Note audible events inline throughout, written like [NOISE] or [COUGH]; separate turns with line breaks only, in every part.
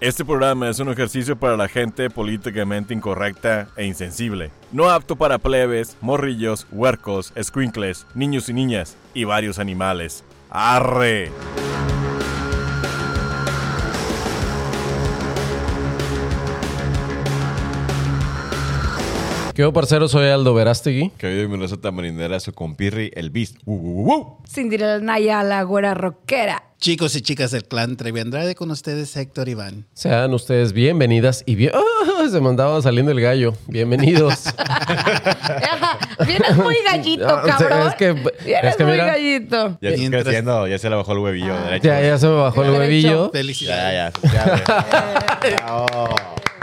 Este programa es un ejercicio para la gente políticamente incorrecta e insensible. No apto para plebes, morrillos, huercos, squinkles, niños y niñas y varios animales. ¡Arre!
¿Qué hubo, parcero? Soy Aldo Verástegui.
Que hoy me lo hace marinerazo con Pirri, el Beast. Uh, uh, uh, uh.
Cinderella Naya, la güera rockera.
Chicos y chicas del clan Trevi Andrade, con ustedes Héctor Iván.
Sean ustedes bienvenidas y bien... [LAUGHS] ¡Ah! Se mandaba saliendo el gallo.
[LAUGHS]
Bienvenidos.
Ajá, Vienes muy gallito,
Ah, sí,
cabrón.
es que-
Vienes
es que
muy
mira-
gallito.
Ya está
Mientras-
creciendo, ya se le bajó el huevillo derecho.
Ah, Ya, ya se me bajó el
Derecho.
huevillo.
Felicidades.
Ya, ya,
[LAUGHS]
ya, oh, güey. Bravo.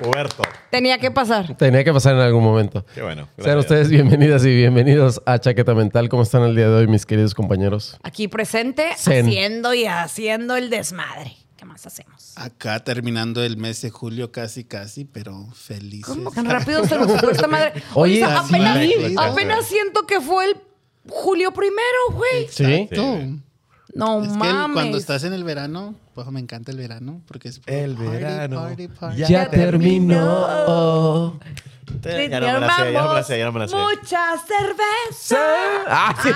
Huberto.
Tenía que pasar.
Tenía que pasar en algún momento.
Qué bueno.
Sean
Gracias.
ustedes bienvenidas y bienvenidos a Chaqueta Mental. ¿Cómo están el día de hoy, mis queridos compañeros?
Aquí presente,
Zen.
haciendo y haciendo el desmadre. ¿Qué más hacemos?
Acá terminando el mes de julio casi, casi, pero felices.
¿Cómo tan rápido se nos fue esta madre?
Oye,
Oye,
sí.
apenas,
Sí.
apenas siento que fue el julio primero, güey.
Sí.
Exacto.
Sí.
No
Es que el-
mames.
cuando estás en el verano, pues me encanta el verano, porque es
El
party,
verano.
party, party.
Ya
terminó.
Ya, no me la sé, ya no me la sé, ya no me la sé.
Mucha cerveza.
Ah, sí,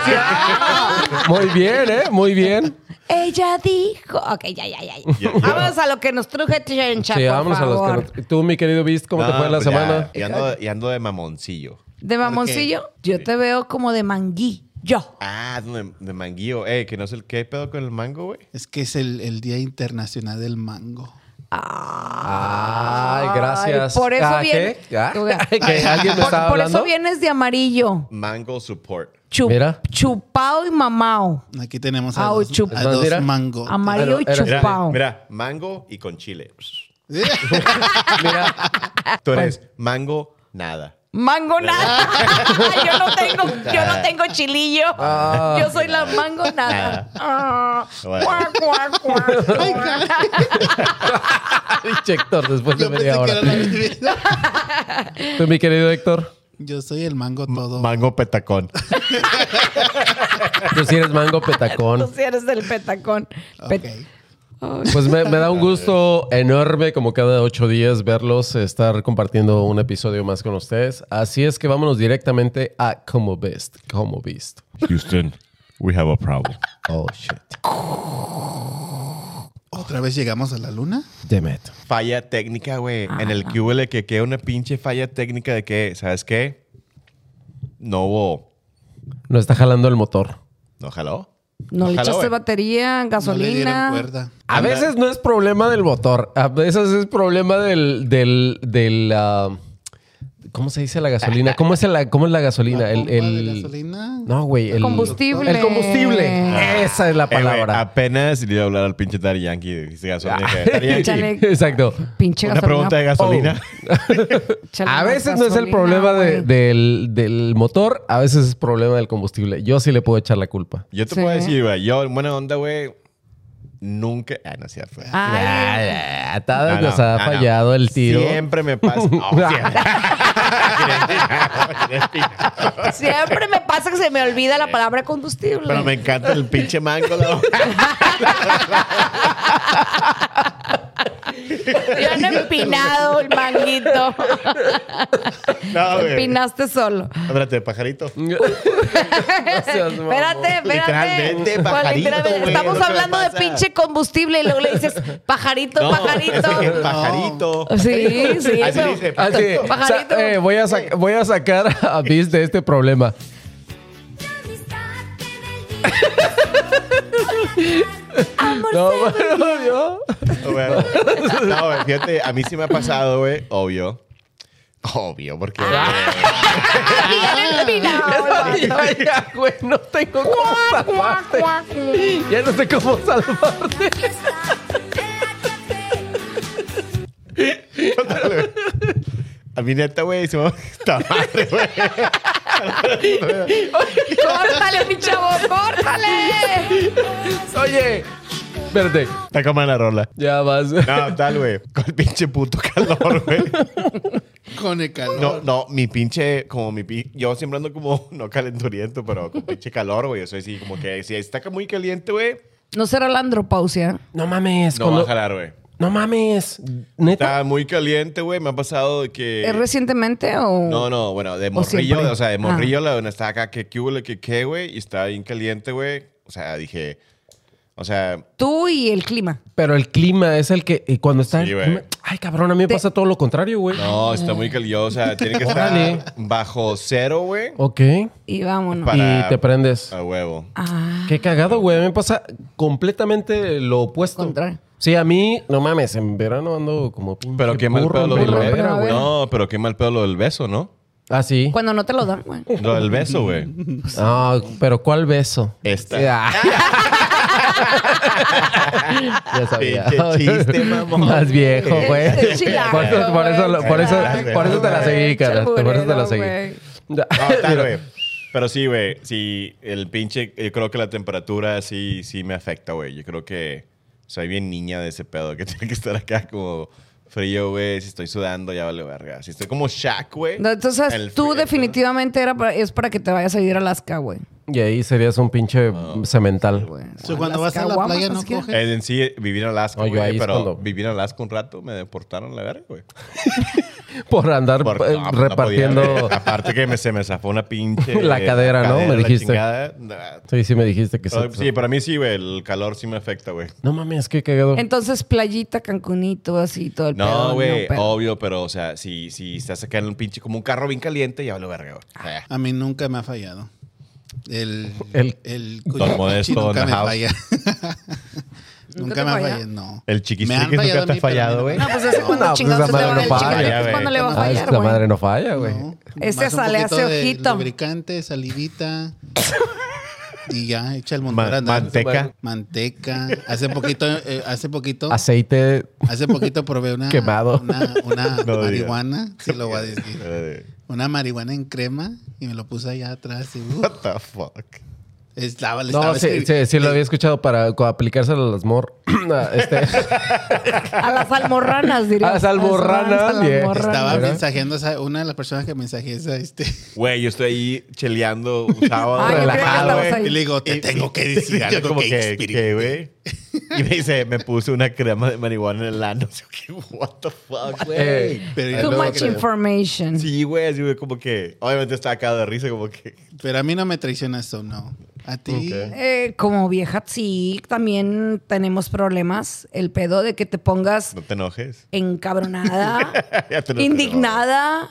sí. Muy bien, ¿eh? Muy
[LAUGHS]
bien.
Ella dijo. Ok, ya, ya, ya. ya.
Ya, ya.
Vámonos a lo que nos truje, Chencha.
Sí,
por
vámonos a los
favor.
que no- Tú, mi querido Beast, ¿cómo te
No,
fue la
pues ya,
semana?
Ya ando, ya ando de mamoncillo.
¿De mamoncillo? Yo te veo como de manguí. Yo.
Ah, de, de manguillo. Eh, que no sé el qué pedo con el mango, güey.
Es que es el, el Día Internacional del Mango.
Ah. Ay, gracias.
Por eso
Ah,
viene.
¿qué? Ah,
Oiga.
[LAUGHS] que alguien me
Por,
estaba
por
hablando.
eso vienes de amarillo.
Mango support.
Chu-
Mira.
Chupao y mamao.
Aquí tenemos a
Ah,
dos,
chup-
a dos
Mira.
mango. [LAUGHS]
Amarillo y
Pero- era-
chupao.
Mira, mango y con chile.
Mira, Ah,
Tú eres mango nada.
Mangonada. yo no tengo, yo no tengo chilillo.
Ah.
yo soy la mangonada. Ah.
Bueno.
Cuac, cuac,
[LAUGHS]
cuac, cuac.
pinche Héctor, después de
Yo pensé
media
que
hora.
era la misma.
Tú, mi querido Héctor,
[LAUGHS] Yo soy el mango todo.
Mango petacón.
tú sí eres mango
[LAUGHS] Tú
petacón.
sí eres del petacón.
Ok.
Pet-
Pues me, me da un gusto enorme, como cada ocho días, verlos, estar compartiendo un episodio más con ustedes. Así es que vámonos directamente a Como Best. Como Beast.
Houston, we have a problem.
Oh, shit.
¿Otra vez llegamos a la luna?
Damn it.
Falla técnica, güey.
Ah.
en el QL que queda una pinche falla técnica de que, ¿sabes qué? No hubo.
No está jalando el motor.
¿No jaló?
No le
Ojalá,
echaste
güey.
batería,
No le
gasolina.
dieron cuerda.
A veces no es problema del motor, a veces es problema del, del, del ah, ¿cómo se dice la
[LAUGHS]
gasolina? ¿Cómo es la, cómo es la gasolina?
¿La
el,
pompa de
el-
gasolina?
No, güey. El,
combustible.
El combustible. Esa es la
Eh, güey, ah,
palabra. Ah.
apenas le iba a hablar al pinche Daddy Yankee. Dice gasolina.
[LAUGHS]
que, Daddy Yankee,
Échale
Exacto.
Pinche
Una pregunta de
Oh.
gasolina.
échale
A
más
veces no es el
gasolina,
problema de-
güey.
del, del motor, a veces es problema del combustible. Yo sí le puedo echar la culpa.
Yo te
Sí.
puedo decir, güey. Yo, en buena onda, güey. Nunca. Ah, no es cierto. güey.
Ay,
Ah, ah, todas
No, no,
nos ha
ah, no.
fallado el tiro.
[LAUGHS]
Siempre me
[LAUGHS]
pasa. No, siempre.
siempre me pasa que se me olvida la palabra combustible.
Pero me encanta el pinche mango.
[LAUGHS]
la-
Ya no he empinado el
[LAUGHS]
manguito.
No, güey.
Empinaste solo.
Espérate, pajarito.
Espérate, espérate.
Literalmente,
Pues,
pajarito,
literalmente,
güey,
Estamos
es lo que me
hablando de
pasa.
pinche combustible y luego le
[LAUGHS]
dices pajarito,
No, es
pajarito.
que pajarito.
Sí, sí.
Así
pero-
dice.
Así, o sea,
Pajarito.
Ah, eh, voy, a sac- voy a sacar a Biz de este
[LAUGHS]
problema.
Amor,
No,
se-
bueno, yo-
Bueno, no, güey, fíjate, a mí sí me ha pasado, güey, obvio. Obvio, porque.
Ah. Ya no he empinado el manguito.
Ya, ya, güey, no tengo cómo salvarte. Ya no sé cómo salvarte.
A mi neta, güey, se me esta [LAUGHS] madre, güey.
[LAUGHS] ¡Córtale, mi chavo! ¡Córtale!
Oye, espérate,
Está como en la rola.
ya vas.
No, tal, güey. Con el pinche puto calor, güey.
Con el calor.
No, no, mi pinche, como mi pi- Yo siempre ando como, [LAUGHS] no calenturiento, pero con pinche calor, güey. Yo soy así, como que si está muy caliente, güey,
¿No será la
[LAUGHS]
andropausia? ¿eh?
No mames,
no va
cuando-
a jalar, güey.
No mames. Neta.
Está muy caliente, güey. Me ha pasado de que.
¿Es recientemente o.?
No, no, bueno, de
siempre?
morrillo, o sea,
Ah.
de morrillo la dona estaba acá, que qué huele, que qué, güey, y estaba bien caliente, güey. O sea, dije, o sea,
Tú y el clima.
Pero el clima es el que. eh, Cuando está.
Sí,
el
güey.
clima- Ay, cabrón, a mí me
Te-
pasa todo lo contrario, güey.
no, está muy caliente, o sea, tiene que
Órale.
estar bajo cero, güey,
Ok.
Y vámonos.
Pa-
Y
Para-
te prendes.
a huevo.
Ah,
Qué cagado, güey. A mí me pasa completamente lo opuesto.
Contrario.
Sí, a mí, no mames, en verano ando como pinche
Pero qué mal
burro
pedo
en
lo del
burro,
primavera,
pero a
beso.
ver.
güey.
No, pero qué mal pedo lo del beso, ¿no?
Ah, sí.
cuando no te lo dan, güey.
Lo del beso, güey.
Ah, pero ¿cuál beso?
Esta.
Sí, ah. [LAUGHS] ya sabía. [LAUGHS]
Pinche chiste, mamón.
Más viejo, güey.
Este chilango,
Por eso, por eso, lo- por eso,
güey.
por eso te la seguí, cara. Por eso te la seguí.
Chaburero,
No, tal, güey. Pero sí, güey, sí, el pinche, yo creo que la temperatura sí, sí me afecta, güey. Yo creo que soy bien niña de ese pedo, que [LAUGHS] tiene que estar acá como frío, güey. Si estoy sudando, ya vale verga. Si estoy como Shaq, güey.
No, entonces,
el
tú
frío,
definitivamente era para- es para que te vayas a ir a Alaska, güey.
Y ahí serías un pinche cemental.
Güey.
O sea, cuando vas
Alaska,
a la
guamas,
playa no
así que-
coges.
Eh, En sí, vivir en Alaska,
No, yo
güey,
ahí es
pero
cuando-
vivir en Alaska un rato me deportaron a la verga, güey.
Por andar
Por-
eh,
no, pues, no podía,
repartiendo.
güey. [LAUGHS] Aparte que me, se me zafó una
[LAUGHS]
pinche...
La
eh,
cadera, ¿no? Me
la
dijiste.
chingada. Nah.
sí, sí, me dijiste que
Pero
se-
Sí, para mí sí, güey. El calor sí me afecta, güey.
No mames, qué cagado.
Entonces, playita, Cancunito, así, todo el pedo,
No, güey,
pedo.
obvio, pero, o sea, si, si estás acá en un pinche, como un carro bien caliente, ya vale verga, güey. O sea,
A mí nunca me ha fallado. El,
El-
el,
Don Modesto,
cuchicuchi
on the
nunca me
house.
falla.
¿Nunca te
[LAUGHS] nunca me ha
falla?
fallado, no. Me
El
han
chiquistriquis nunca
fallado
te
a
ha
mí, pero
fallado,
no.
güey.
No, pues ese
No,
cuando
pues
chingados
esa
se te va
madre
el
no
chiquito,
falla,
es
güey.
cuando le va a
No,
Ah, es-
fallar,
la
güey.
madre no falla, güey.
No.
Ese
Más un
sale, hace
poquito de
ojito.
Lubricante, salivita. Y ya, echa el montón. a
Ma-
andar.
manteca.
Manteca. Hace poquito, eh, hace poquito,
Aceite.
hace poquito probé
[LAUGHS]
una,
Quemado.
una, una
No digas.
marihuana, si lo voy a decir.
Eh,
Una marihuana en crema y me lo puse allá atrás. Y, uh,
What the fuck?
estaba, le
No,
estaba
sí,
escribi-
sí, sí lo
le-
había escuchado para co- aplicárselo a las mor. [CLEARS THROAT] a este,
A las almorranas,
[LAUGHS]
diría.
A las almorranas,
A las
bien.
almorranas.
Estaba
¿verdad?
mensajeando a una de las personas que mensajé es a este. [LAUGHS]
Güey, yo estoy ahí cheleando
[LAUGHS]
un sábado.
Ah, yo creía que
relajado,
estabas
güey.
ahí.
Y le digo, te tengo que decir
[LAUGHS] Yo
algo
como
que
que,
experimenté.
¿qué, güey? Y me dice, me puse una crema de marihuana en el ano. [LAUGHS] Yo, ¿qué? What the fuck, güey.
Eh,
Pero,
Too
yo-
much information.
Sí, güey, así, güey, como que... Obviamente estaba acá de risa, como que...
pero a mí no me traicionas o no. A ti.
Eh, como vieja, sí, también tenemos problemas. El pedo de que te pongas
No te enojes.
encabronada,
[LAUGHS] Ya te lo-
indignada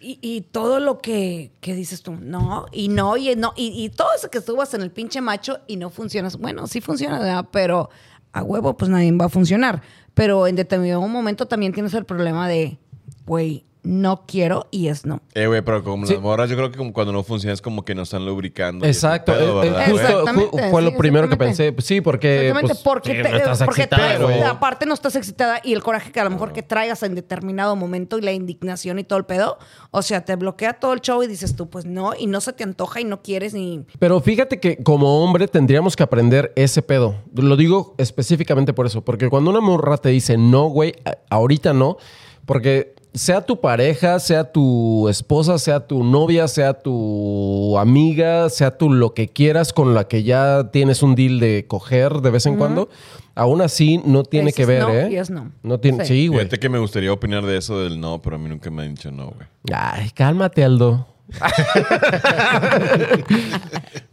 y, y todo lo que, que dices tú, no, y no, y no, y, y todo eso que subas en el pinche macho y no funcionas. Bueno, sí funciona, ¿verdad? pero a huevo, pues nadie va a funcionar. Pero en determinado momento también tienes el problema de, güey, no quiero y es no.
Eh, güey, pero como
Sí.
las morras, yo creo que como cuando no funciona es como que no están lubricando. y es un
Exacto.
pedo,
eh, eh,
¿verdad, güey?
justo ju-
Exactamente,
fue lo
sí,
primero que
exactamente.
pensé. Sí, porque.
Exactamente,
pues,
porque,
eh,
sí,
te-
no estás
porque
excitado,
traes-
güey.
aparte no estás excitada y el coraje que a lo mejor que traigas en determinado momento y la indignación y todo el pedo, o sea, te bloquea todo el show y dices tú, pues no, y no se te antoja y no quieres ni...
Pero fíjate que como hombre tendríamos que aprender ese pedo. Lo digo específicamente por eso, porque cuando una morra te dice, no, güey, a- ahorita no, porque sea tu pareja, sea tu esposa, sea tu novia, sea tu amiga, sea tu lo que quieras con la que ya tienes un deal de coger de vez en cuando, aún así no tiene
Dices
que ver,
no,
¿eh?
y es no.
No tiene, sí,
Sí.
güey.
Fíjate que me gustaría opinar de eso del no, pero a mí nunca me han dicho no, güey.
Ay, cálmate, Aldo.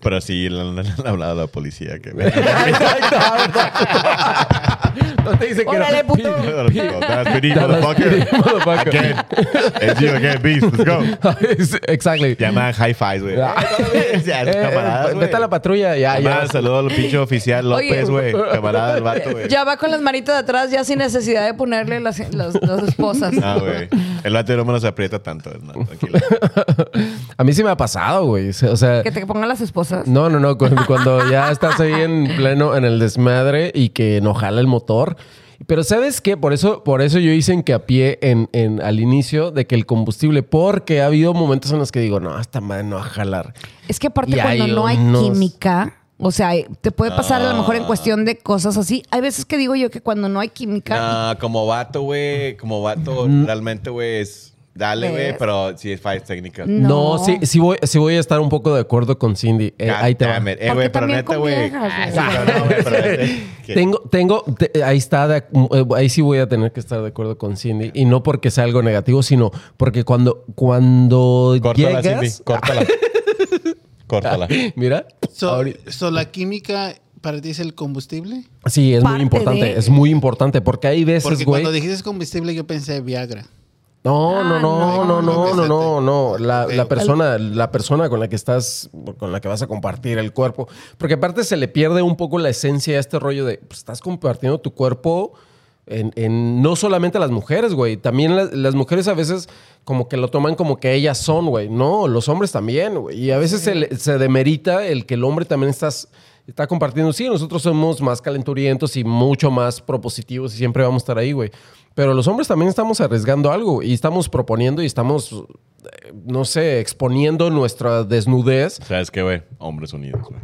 Pero sí, le han le han hablado a la policía que...
[LAUGHS] No te dice que
Órale,
no.
puto.
[LAUGHS] That's pretty,
That's pretty,
motherfucker.
motherfucker.
Again. It's you again, beast. Let's go.
[LAUGHS] Exactly.
Llaman high fives, güey. [LAUGHS]
Ah.
O sea, los
Eh,
camaradas,
eh,
güey.
vete a la patrulla, ya, ya.
Llaman, saludo al pinche oficial
Oye.
López, güey. Camarada del vato, güey.
Ya va con las manitas de atrás ya sin necesidad de ponerle las, las, las
[LAUGHS]
esposas.
Ah, güey. El vato no me los aprieta tanto. No, tranquilo.
A mí sí me ha pasado, güey. O sea,
Que te pongan las esposas.
no, no, no. cu- Cuando, ya estás ahí en pleno, en el desmadre y que no jala el motor. Pero ¿sabes qué? Por eso, por eso yo hice hincapié en, en, al inicio de que el combustible, porque ha habido momentos en los que digo, no, esta madre no va a jalar.
Es que aparte
Y
cuando
hay
no hay
unos- Ah.
química, o sea, te puede pasar a lo mejor en
No.
cuestión de cosas así. Hay veces que digo yo que cuando no hay química...
No, como vato, güey. Como vato, realmente, güey, es Dale, güey,
Mm. ¿Ves?
pero sí es fallas técnicas.
No,
No.
sí, sí, voy, sí voy a estar un poco de acuerdo con Cindy. Eh, ahí te va.
Damn it. Eh,
Porque
güey, pero
también
neta,
con
güey.
viejas,
Ah,
güey.
sí, pero no, güey,
[LAUGHS]
pero neta, que-
Tengo, tengo, te- ahí está, de ac- eh, ahí sí voy a tener que estar de acuerdo con Cindy. Y no porque sea algo negativo, sino porque cuando, cuando
Córtala, Cindy,
llegas...
córtala.
[LAUGHS]
Córtala.
Mira,
So,
ahorita-
so, la química para ti es el combustible.
sí, es muy
Parte
importante,
de-
es muy importante, porque hay veces,
Porque
güey...
cuando dijiste combustible, yo pensé Viagra.
No, no,
Ah,
no, no,
no,
no, no,
no,
no, no. La,
Ok.
la persona, la persona con la que estás, con la que vas a compartir el cuerpo. Porque aparte se le pierde un poco la esencia a este rollo de pues, estás compartiendo tu cuerpo en, en- no solamente las mujeres, güey. También las, las mujeres a veces como que lo toman como que ellas son, güey. No, los hombres también, güey. Y a veces se, le- se demerita el que el hombre también estás. Está compartiendo, sí, nosotros somos más calenturientos y mucho más propositivos y siempre vamos a estar ahí, güey. Pero los hombres también estamos arriesgando algo y estamos proponiendo y estamos, eh, no sé, exponiendo nuestra desnudez.
¿Sabes qué, güey? Hombres unidos, güey.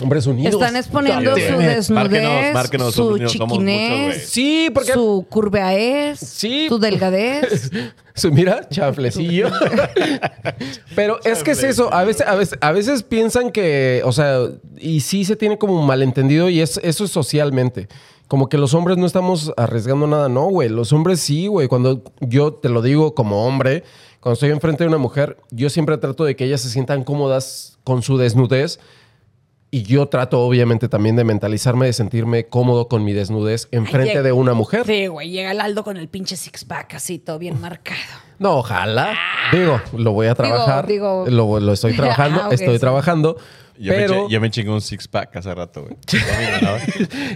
Hombres unidos.
Están exponiendo
Puta,
su
güey.
desnudez,
Márquenos, márquenos,
su
somos- somos muchos, güey.
chiquinez,
Sí, porque...
su curveaez,
Sí.
su
[LAUGHS]
delgadez.
Sí, Mira,
[LAUGHS]
chaflecillo. Pero es que es eso. A veces, a, veces, a veces piensan que, o sea, y sí se tiene como un malentendido y es, eso es socialmente. Como que los hombres no estamos arriesgando nada, no, güey. Los hombres sí, güey. Cuando yo te lo digo como hombre, cuando estoy enfrente de una mujer, yo siempre trato de que ellas se sientan cómodas con su desnudez. Y yo trato, obviamente, también de mentalizarme, de sentirme cómodo con mi desnudez enfrente
llega-
de una mujer.
Sí, güey, llega el Aldo con el pinche six-pack así, todo bien marcado. Ah.
No, ojalá. Digo, lo voy a trabajar.
digo-
lo, lo
[LAUGHS]
estoy trabajando,
Ah, ok,
estoy
sí.
trabajando.
Yo, me,
pero [LAUGHS]
eché- yo me chingué un six-pack hace rato, güey. No, no, no.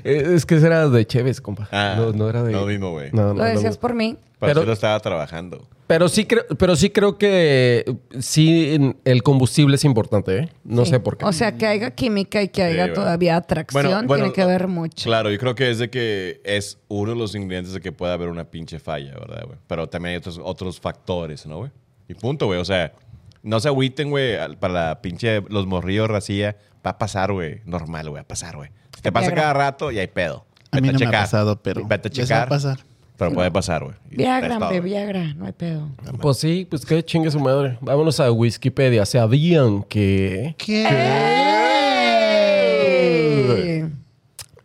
eh, es que ese era de Chévez, compa.
Ah,
no, no era de.
no vino, güey.
No, no,
Lo
no
decías
vino.
por mí.
Pero
Pero-
yo lo estaba trabajando.
Pero sí creo, pero sí creo que eh, sí en- el combustible es importante, ¿eh? No sé por qué.
O sea, que haya química y que haya
güey.
todavía atracción tiene que ver mucho.
Claro, yo creo que es de que es uno de los ingredientes de que puede haber una pinche falla, ¿verdad, güey? Pero también hay otros, otros factores, ¿no, güey? Y punto, güey. O sea, no se agüiten, güey, al- para la pinche, los morrillos racía. Va a pasar, güey. Normal, güey. Va a pasar, güey. Si te pasa
Viagra.
cada rato y hay pedo.
A mí no me ha pasado, pero
Vete a
les va a
checar.
pasar.
Pero puede pasar, güey. Y
Viagra,
es todo,
hombre,
güey.
Viagra, no hay pedo.
pues sí, pues qué chingue su madre. Vámonos a Wikipedia. Sabían que
¿Qué?
¡Ey!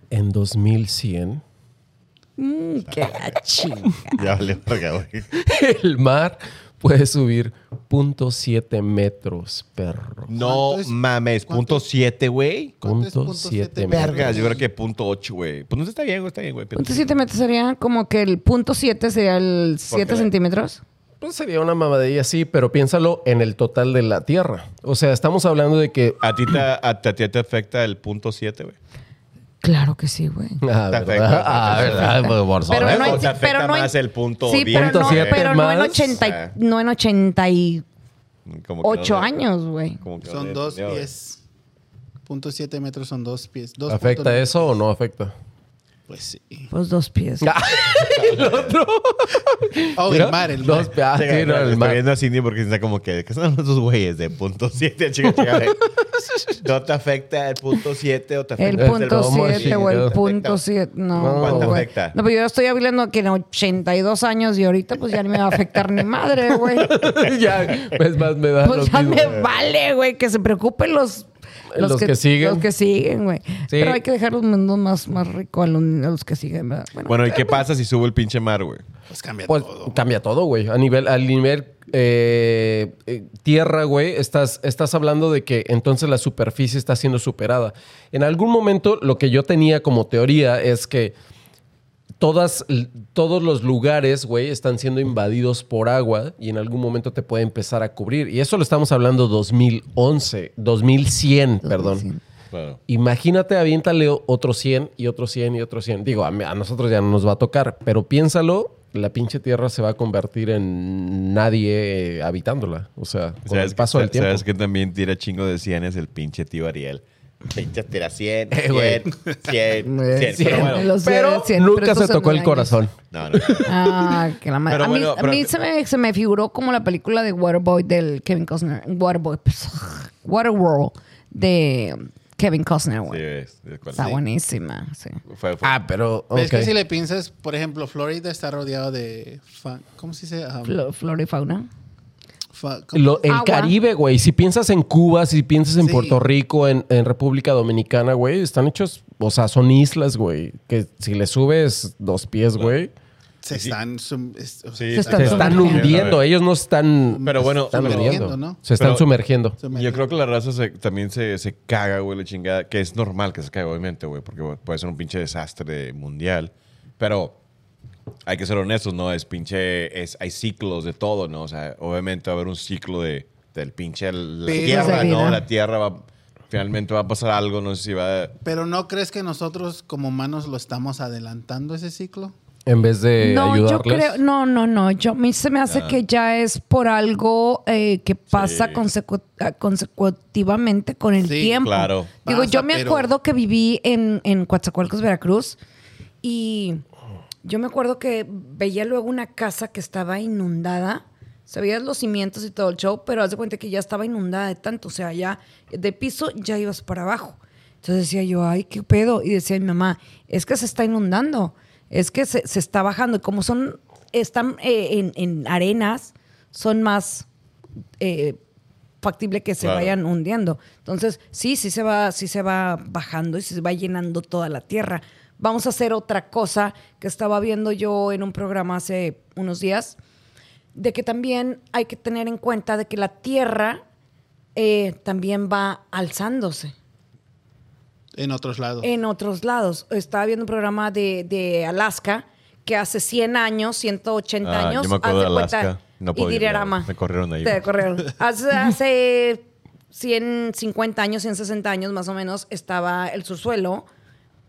en 2100
Mm, ¡Qué la chinga!
Ya valió, verga, güey.
el mar puede subir 0.7 metros, perro.
No
¿Cuánto es?
mames. Punto siete, güey.
¿Cuánto es
Punto
punto
siete
siete
metros.
metros?
Verga, yo creo que punto ocho, güey. Pues no está bien, güey. Está bien, güey. pero-
Punto siete metros sería como que el punto siete sería el siete
la-
centímetros.
Pues sería una mamadilla, sí, pero piénsalo en el total de la Tierra. O sea, estamos hablando de que. [LAUGHS]
¿A ti te, a, a ti te afecta el punto 7, güey?
Claro que sí, güey.
Ah,
Perfecto.
¿verdad? Ah, ¿verdad? Pues, por
Pero
supuesto.
no hay- te afecta más el punto
sí, pero
10,
no,
güey.
pero no en
más.
80,
Ah.
y- no en 88
Como que no sé.
años, güey.
Como que no sé,
Son dos
güey.
pies. Punto siete metros son dos pies. Dos punto
¿Afecta
nueve.
eso o no afecta?
Pues sí.
Pues dos pies.
Oh,
Mira,
el mar, el
dos
mar.
pe- ah,
Chica,
sí, no,
espera,
el
estoy
mar.
viendo a Cindy porque está como que ¿qué son esos güeyes de punto 7, [LAUGHS] chica, chica,
[LAUGHS]
güey? ¿No te afecta el punto 7 o te
El
afecta
punto
¿Cómo
siete o
chingados
el
te
punto
afecta?
siete. No,
No,
¿cuánto
güey.
afecta?
No, pero yo estoy hablando que en 82 años y ahorita pues ya no me va a afectar ni madre, güey.
[LAUGHS] ya, pues más me da. Ah, lo
Pues ya
mismo.
me vale, güey, que se preocupen los...
Los que siguen.
Los que siguen, güey. Pero hay que dejar los mundos más, más ricos a los, a los que siguen, ¿verdad?
Bueno, ¿y qué pasa si subo el pinche mar, güey?
Pues cambia
Pues
todo.
cambia todo, güey. A nivel, al nivel eh, eh, tierra, güey, estás, estás hablando de que entonces la superficie está siendo superada. En algún momento, lo que yo tenía como teoría es que todas, l- todos los lugares, güey, están siendo invadidos por agua y en algún momento te puede empezar a cubrir. Y eso lo estamos hablando 2011, 2100, perdón.
Claro.
Imagínate, aviéntale otro 100 y otro 100 y otro 100. Digo, a, mí- a nosotros ya no nos va a tocar, pero piénsalo, la pinche tierra se va a convertir en nadie eh, habitándola. O sea, con el
que-
paso del
sa-
tiempo.
¿Sabes que también tira chingo de 100 es el pinche tío Ariel? Pinche tira 100,
[LAUGHS] Eh, güey. Eh,
100,
[LAUGHS]
100, 100. Pero bueno,
Los
pero
cien, cien,
nunca
pero
se
estos
tocó el
son
corazón.
no, no. no.
Ah, que la madre.
Pero
a mí,
bueno,
a
pero-
mí se, me, se me figuró como la película de Waterboy del Kevin Costner. Waterboy. pues, Waterworld de Kevin Costner,
Sí,
güey.
es, es cual-
Está
sí.
buenísima, sí.
Fue- fue-
Ah, pero.
Pero
ok.
Es que si le piensas, por ejemplo, Florida está rodeado de. fa- ¿Cómo se dice? Um,
Flo- flora y fauna.
fa- ¿cómo?
Lo- eh, el
Agua.
Caribe, güey. Si piensas en Cuba, si piensas en
Sí.
Puerto Rico, en, en República Dominicana, güey, están hechos, o sea, son islas, güey, que si le subes dos pies, güey,
se están. sum- es- o sea,
Sí,
Se
está-
están
se están
sumergiendo.
hundiendo. Ellos no están,
Pero bueno,
están
Sumergiendo,
hundiendo.
¿no?
Se están
Pero-
sumergiendo.
se me-
Yo creo que la raza se- también se, se caga, güey, la chingada. Que es normal que se caiga, obviamente, güey, porque güey, puede ser un pinche desastre mundial. Pero hay que ser honestos, ¿no? Es pinche. Es, hay ciclos de todo, ¿no? O sea, obviamente va a haber un ciclo de, del pinche. La
Pero-
tierra,
De
¿no?
vida.
La tierra va. Finalmente va a pasar algo, no sé si va. a- ah,
Pero ¿no crees que nosotros como humanos lo estamos adelantando ese ciclo?
En vez de
no,
Eh, ayudarles.
yo creo, no, no, no. Yo a mí se me hace que ya es por algo eh, que pasa
Sí.
consecu- ah, consecutivamente con el
Sí,
tiempo.
claro.
Digo,
Pasa,
yo me
pero-
acuerdo que viví en, en Coatzacoalcos, Veracruz, y yo me acuerdo que veía luego una casa que estaba inundada. Sabías los cimientos y todo el show, pero haz de cuenta que ya estaba inundada de tanto. O sea, ya de piso ya ibas para abajo. Entonces decía yo, ay, qué pedo. Y decía mi mamá, es que se está inundando, es que se, se está bajando. Y como son, están eh, en, en arenas, son más eh, factible que se
Claro.
vayan hundiendo. Entonces, sí, sí se va, sí se va bajando y se va llenando toda la tierra. Vamos a hacer otra cosa que estaba viendo yo en un programa hace unos días, de que también hay que tener en cuenta de que la tierra eh, también va alzándose
En otros lados.
en otros lados. Estaba viendo un programa de, de Alaska que hace 100 años, 180
Ah,
años.
yo me acuerdo
haz
de
cuenta,
Alaska. No podía ir,
Iditarama.
me corrieron de ahí.
Te
[LAUGHS]
corrieron. Hace, hace 150 años, 160 años más o menos, estaba el subsuelo,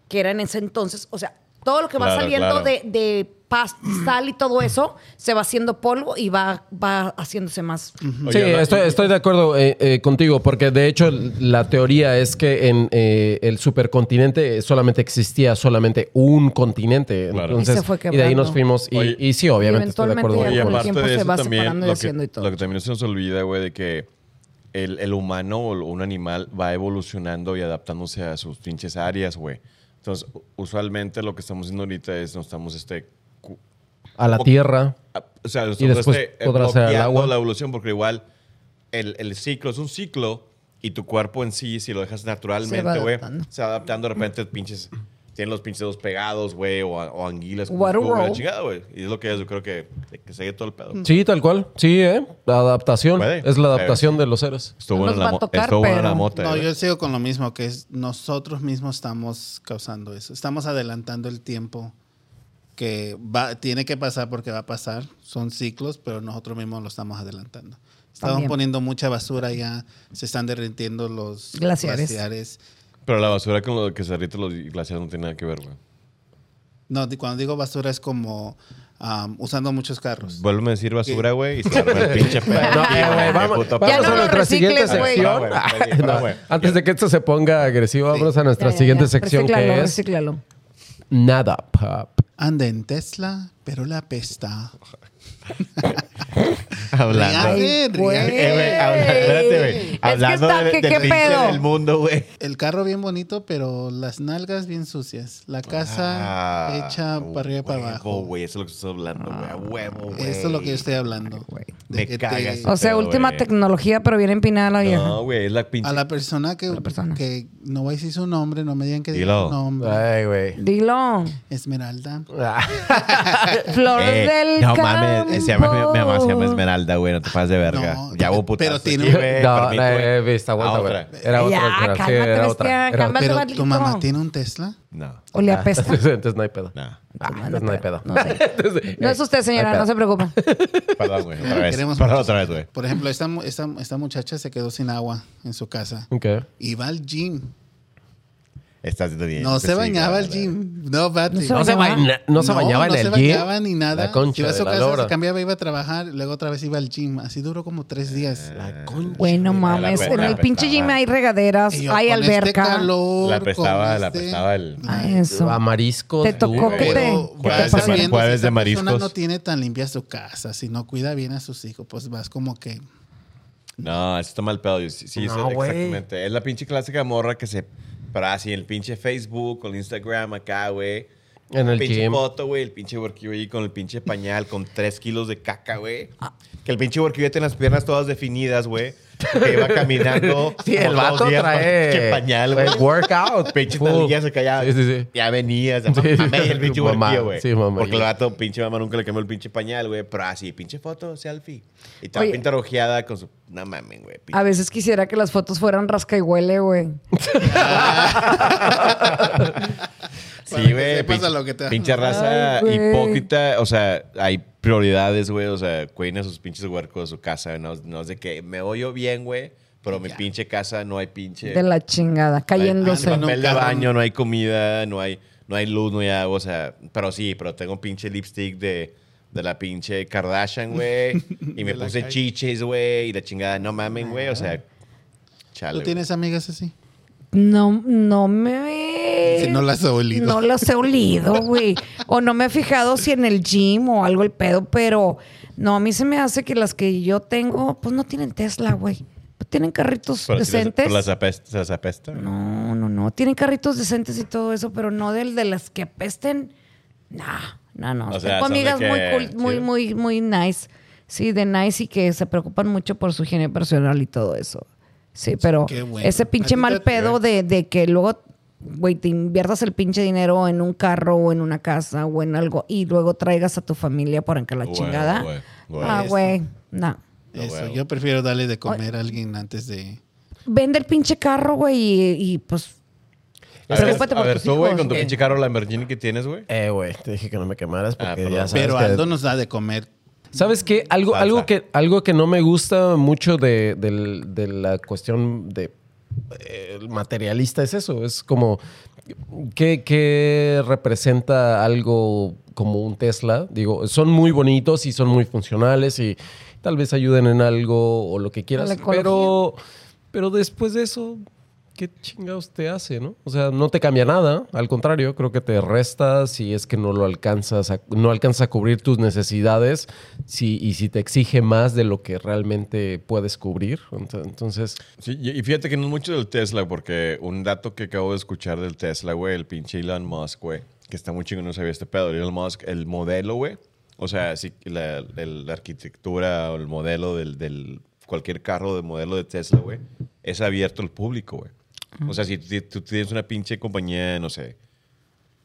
que era en ese entonces. O sea, todo lo que va
Claro,
saliendo
claro.
de, de pas- sal y todo eso, se va haciendo polvo y va, va haciéndose más.
Sí,
Oye, la-
estoy, estoy de acuerdo eh, eh, contigo, porque de hecho la teoría es que en eh, el supercontinente solamente existía solamente un continente.
Claro.
Entonces,
Y se fue
y de ahí nos
quebrando.
fuimos. Y,
Oye,
y sí, obviamente estoy de
eventualmente
acuerdo.
ya
Y
con-
con el
aparte
tiempo
de
se
eso
va
también,
separando y
lo
haciendo
que,
y todo.
lo que también se nos olvida, güey, de que el, el humano o un animal va evolucionando y adaptándose a sus pinches áreas, güey. Entonces, u- usualmente lo que estamos haciendo ahorita es nos estamos este... cu-
A la tierra.
a- o sea, nos
Y
estamos,
después
este, eh,
podrá ser al
bloqueando
agua.
la evolución porque igual el, el ciclo es un ciclo y tu cuerpo en sí, si lo dejas naturalmente, güey,
adaptando.
se va adaptando de repente pinches... Tienen los pinches dedos pegados, güey, o, a- o anguilas.
What a
como tú, güey, la
roll.
chingada, güey. Y es lo que es, yo creo que, que sigue todo el pedo.
Mm.
Sí, tal cual. Sí, ¿eh? La adaptación.
Puede. Eh.
Es la adaptación de los seres.
Estuvo
No
bueno
nos
la,
va a
mo-
tocar,
estuvo buena
pero-
la mota. eh.
No,
güey.
yo sigo con lo mismo, que es nosotros mismos estamos causando eso. Estamos adelantando el tiempo que va, tiene que pasar porque va a pasar. Son ciclos, pero nosotros mismos lo estamos adelantando. Estamos
También.
poniendo mucha basura ya, se están derritiendo los
Glaciares.
glaciares.
Pero la basura con lo que se derrite los glaciares no tiene nada que ver, güey.
No, di- cuando digo basura es como um, usando muchos carros.
Vuelveme a decir basura, güey, y se arma el pinche pedo.
No, eh, güey, vamos,
Puto
vamos
Ya no
a
lo
nuestra
recicles,
siguiente
güey.
sección.
Ahora,
[LAUGHS]
güey,
No,
ahora, güey.
antes de que esto se ponga agresivo, vamos a nuestra
Ya, ya,
siguiente
ya.
sección
Recíclalo,
que es
recíclalo.
Nada Pop.
Anda en Tesla, pero la pesta.
Hablando.
Ay,
Ay, güey.
Eh, güey, habla- espérate, güey.
Es que
Hablando
está-
de-
que-
del
¿qué
pinche
pedo?
del mundo, güey.
El carro bien bonito, pero las nalgas bien sucias. La casa
Ah,
hecha para arriba y para
huevo,
abajo.
güey, eso es lo que estoy hablando, güey. A huevo, güey.
Eso es lo que yo estoy hablando.
güey.
De
Me
que te-
cagas.
O sea,
Pero,
última
güey.
tecnología, pero bien empinada la vieja.
No, güey, es la pinche. Eh,
a la persona que,
la persona.
que no voy a decir su nombre, no me digan que diga
Dilo.
su nombre.
Ay, güey.
Dilo.
Esmeralda.
Ah,
[LAUGHS]
Flores
[LAUGHS] Eh,
del
no
campo.
mames, se llama, mi, mi mamá se llama Esmeralda, güey, no te pases de verga.
No,
ya hubo
pero
putazos
tiene
aquí,
un-
güey,
No,
permíteme.
no, eh, viste, aguanta,
Ah,
güey.
otra.
Era otra,
Ya,
era, sí,
cálmate,
era
bestia,
otra. Era
cálmate,
otra.
Pero
maldito.
tu mamá tiene un Tesla.
No,
Olía a [LAUGHS] pesta.
[LAUGHS]
Entonces no hay pedo.
no.
Ah, entonces no hay pedo.
No sé.
[LAUGHS] Entonces, eh,
No es usted,
Ay,
señora,
pero-
no se preocupe.
Perdón, güey,
[LAUGHS]
otra vez.
Queremos
Perdón,
mucho.
otra vez, güey.
Por ejemplo, esta, mu- esta, esta muchacha se quedó sin agua en su casa.
Uh.
Ok.
Y va al gym.
Está haciendo bien. Pues
No se
Sí,
bañaba
güey,
al
la verdad.
gym. No, bate.
No
No se,
se bañaba.
baña- no se bañaba en
no
el
se
gym.
bañaba ni nada.
La concha
iba a
de
su
la
casa,
lora.
se cambiaba, iba a trabajar, luego otra vez iba al gym. Así duró como tres
Eh,
días.
La concha.
Pues,
Bueno,
de la
mames.
lora.
En el
apestaba.
pinche gym hay regaderas,
Y yo,
hay
con este
alberca.
calor,
La
con
apestaba, la
este-
apestaba el...
Ah, Eso.
A mariscos.
Te tocó
dulces.
que te-
Pero
¿Qué
vas
te
sabiendo
pasó?
si
Jueves
esta
de mariscos.
persona no tiene tan limpia su casa, si no cuida bien a sus hijos, pues vas como que
No, eso está mal pedo. Yo Sí, sí,
No,
eso-
güey.
exactamente. Es la pinche clásica morra que se... Pero así, el pinche Facebook, con el Instagram acá, güey.
En el
pinche
gym.
foto, güey. El pinche workio ahí con el pinche pañal, con tres kilos de caca, güey.
Ah.
Que el pinche workio tiene las piernas todas definidas, güey. Que iba caminando.
[LAUGHS] Sí, el
como dos
vato
días con
trae.
pinche pañal, güey.
el Workout.
Ah, oh, Pinche
full.
tardillas acá ya.
Sí, sí, sí.
Ya venías.
Sí, sí.
Mamé el pinche
Mamá,
workio, güey.
sí, mamá,
Porque el
ya.
vato, pinche mamá, nunca le cambió el pinche pañal, güey. Pero así, pinche foto, selfie. Y toda
Oye.
pinta rojeada con su. No mames, güey. pinche-
A veces quisiera que las fotos fueran rasca y huele, güey.
[LAUGHS] Para
Sí,
que
güey.
sepas
pinche-
a lo que te vas.
Pinche raza
Ay, güey.
hipócrita. O sea, hay prioridades, güey. O sea, cuiden a sus pinches huercos, su casa. No, no es de que me oyo bien, güey. Pero mi pinche casa no hay pinche.
De la chingada,
no hay-
cayéndose.
No hay papel de
Nunca.
baño, no hay comida, no hay, no hay luz, no hay agua. O sea, pero sí, pero tengo un pinche lipstick de. De la pinche Kardashian, güey. Y me
De la
puse
calle.
chiches, güey. Y la chingada, no mamen, güey. O sea, chale.
¿Tú
güey.
tienes amigas así?
No, no me.
Si no las he olido.
No las he olido, güey. O no me he fijado si en el gym o algo el pedo, pero no, a mí se me hace que las que yo tengo, pues no tienen Tesla, güey. Tienen carritos
Pero si las-
decentes.
pero las apesta, las apesta.
No, no, no. Tienen carritos decentes y todo eso, pero no del de las que apesten. Nah, no, no.
O
Tengo
sea, son de
amigas muy
que-
cool, muy,
sí.
muy, muy nice. Sí, de nice y que se preocupan mucho por su higiene personal y todo eso. Sí, pero
qué bueno.
ese pinche
¿A ti
mal
te-
pedo de, de que luego, güey, te inviertas el pinche dinero en un carro o en una casa o en algo y luego traigas a tu familia por acá la
Güey,
chingada.
güey, güey.
Ah,
Eso.
güey, no.
Eso,
huevo.
yo prefiero darle de comer a alguien antes de...
Vende el pinche carro, güey, y, y, pues...
A ver,
preocúpate
a
por
ver,
tus
tú, güey,
hijos.
con tu
Eh,
pinche carro Lamborghini que tienes, güey.
Eh, güey, te dije que no me quemaras
Ah,
porque
perdón.
ya sabes
Pero
que-
Aldo nos da de comer.
¿Sabes qué? Algo,
Salsa.
algo, que, algo que no me gusta mucho de, del- de la cuestión de eh, materialista es eso. Es como que, que representa algo como un Tesla. Digo, son muy bonitos y son muy funcionales y tal vez ayuden en algo o lo que
A
quieras.
la
Pero, pero después de eso, ¿qué chingados te hace, no? O sea, no te cambia nada. Al contrario, creo que te resta si es que no lo alcanzas, a- no alcanza a cubrir tus necesidades si, y si te exige más de lo que realmente puedes cubrir. Ent- Entonces,
Sí, y y fíjate que no es mucho del Tesla, porque un dato que acabo de escuchar del Tesla, güey, el pinche Elon Musk, güey, que está muy chingón, no sabía este pedo. Elon Musk, el modelo, güey, o sea, sí, la, el- la arquitectura o el modelo del, del- cualquier carro de modelo de Tesla, güey, es abierto al público, güey. O sea, si ti- tú tienes una pinche compañía, no sé,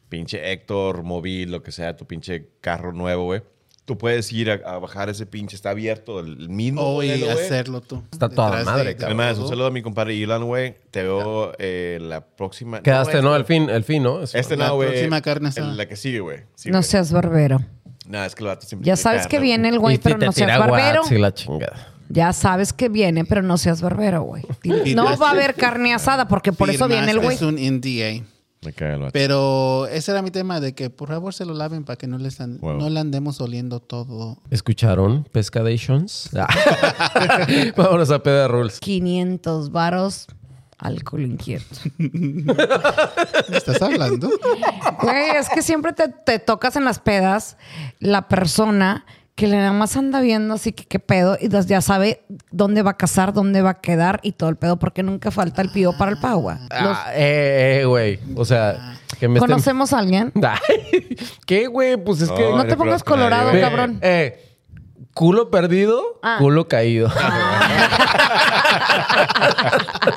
pinche Héctor, Móvil, lo que sea, tu pinche carro nuevo, güey. Tú puedes ir a, a bajar ese pinche, está abierto, el mismo.
O Oh, y
modelo, güey.
hacerlo tú.
Está toda
Detrás
madre,
de- de
cabrón.
Además, un
todo.
saludo a mi compadre Ilan, güey. Te veo eh, la próxima.
quedaste,
este-
¿no? Al fin, al fin, ¿no? Eso.
Este
La
no, güey.
próxima carne asada.
El- La que sigue, güey. Sí,
no
güey.
seas barbero.
No, es que el vato siempre.
Ya
tiene
sabes que
carne,
viene el
Y
güey,
si
pero
te
no seas
tira
barbero.
guats y la chingada.
Ya sabes que viene, pero no seas barbero,
[LAUGHS]
güey.
Y
No
las-
va a haber carne asada porque por eso
Firmas,
viene el güey.
Es un NDA.
Me cae el vato.
Pero ese era mi tema de que por favor se lo laven para que no le, están,
Wow.
no le andemos oliendo todo.
¿Escucharon?
[LAUGHS]
Pescadations. [LAUGHS] Ah. Vámonos a Peda Rules.
500 varos alcohol inquieto.
¿Me ¿Estás
[LAUGHS]
hablando?
Güey, es que siempre te, te tocas en las pedas la persona que le nada más anda viendo así que qué pedo y das- ya sabe dónde va a casar, dónde va a quedar y todo el pedo porque nunca falta el pío para el pagua.
Ah, eh, eh, güey. O sea, que me estén-
¿Conocemos a alguien?
[LAUGHS] Ay, ¿Qué, güey? Pues es que...
No,
No te
pero-
pongas colorado,
Ve-
cabrón.
Eh, culo perdido,
Ah.
culo caído.
Ah.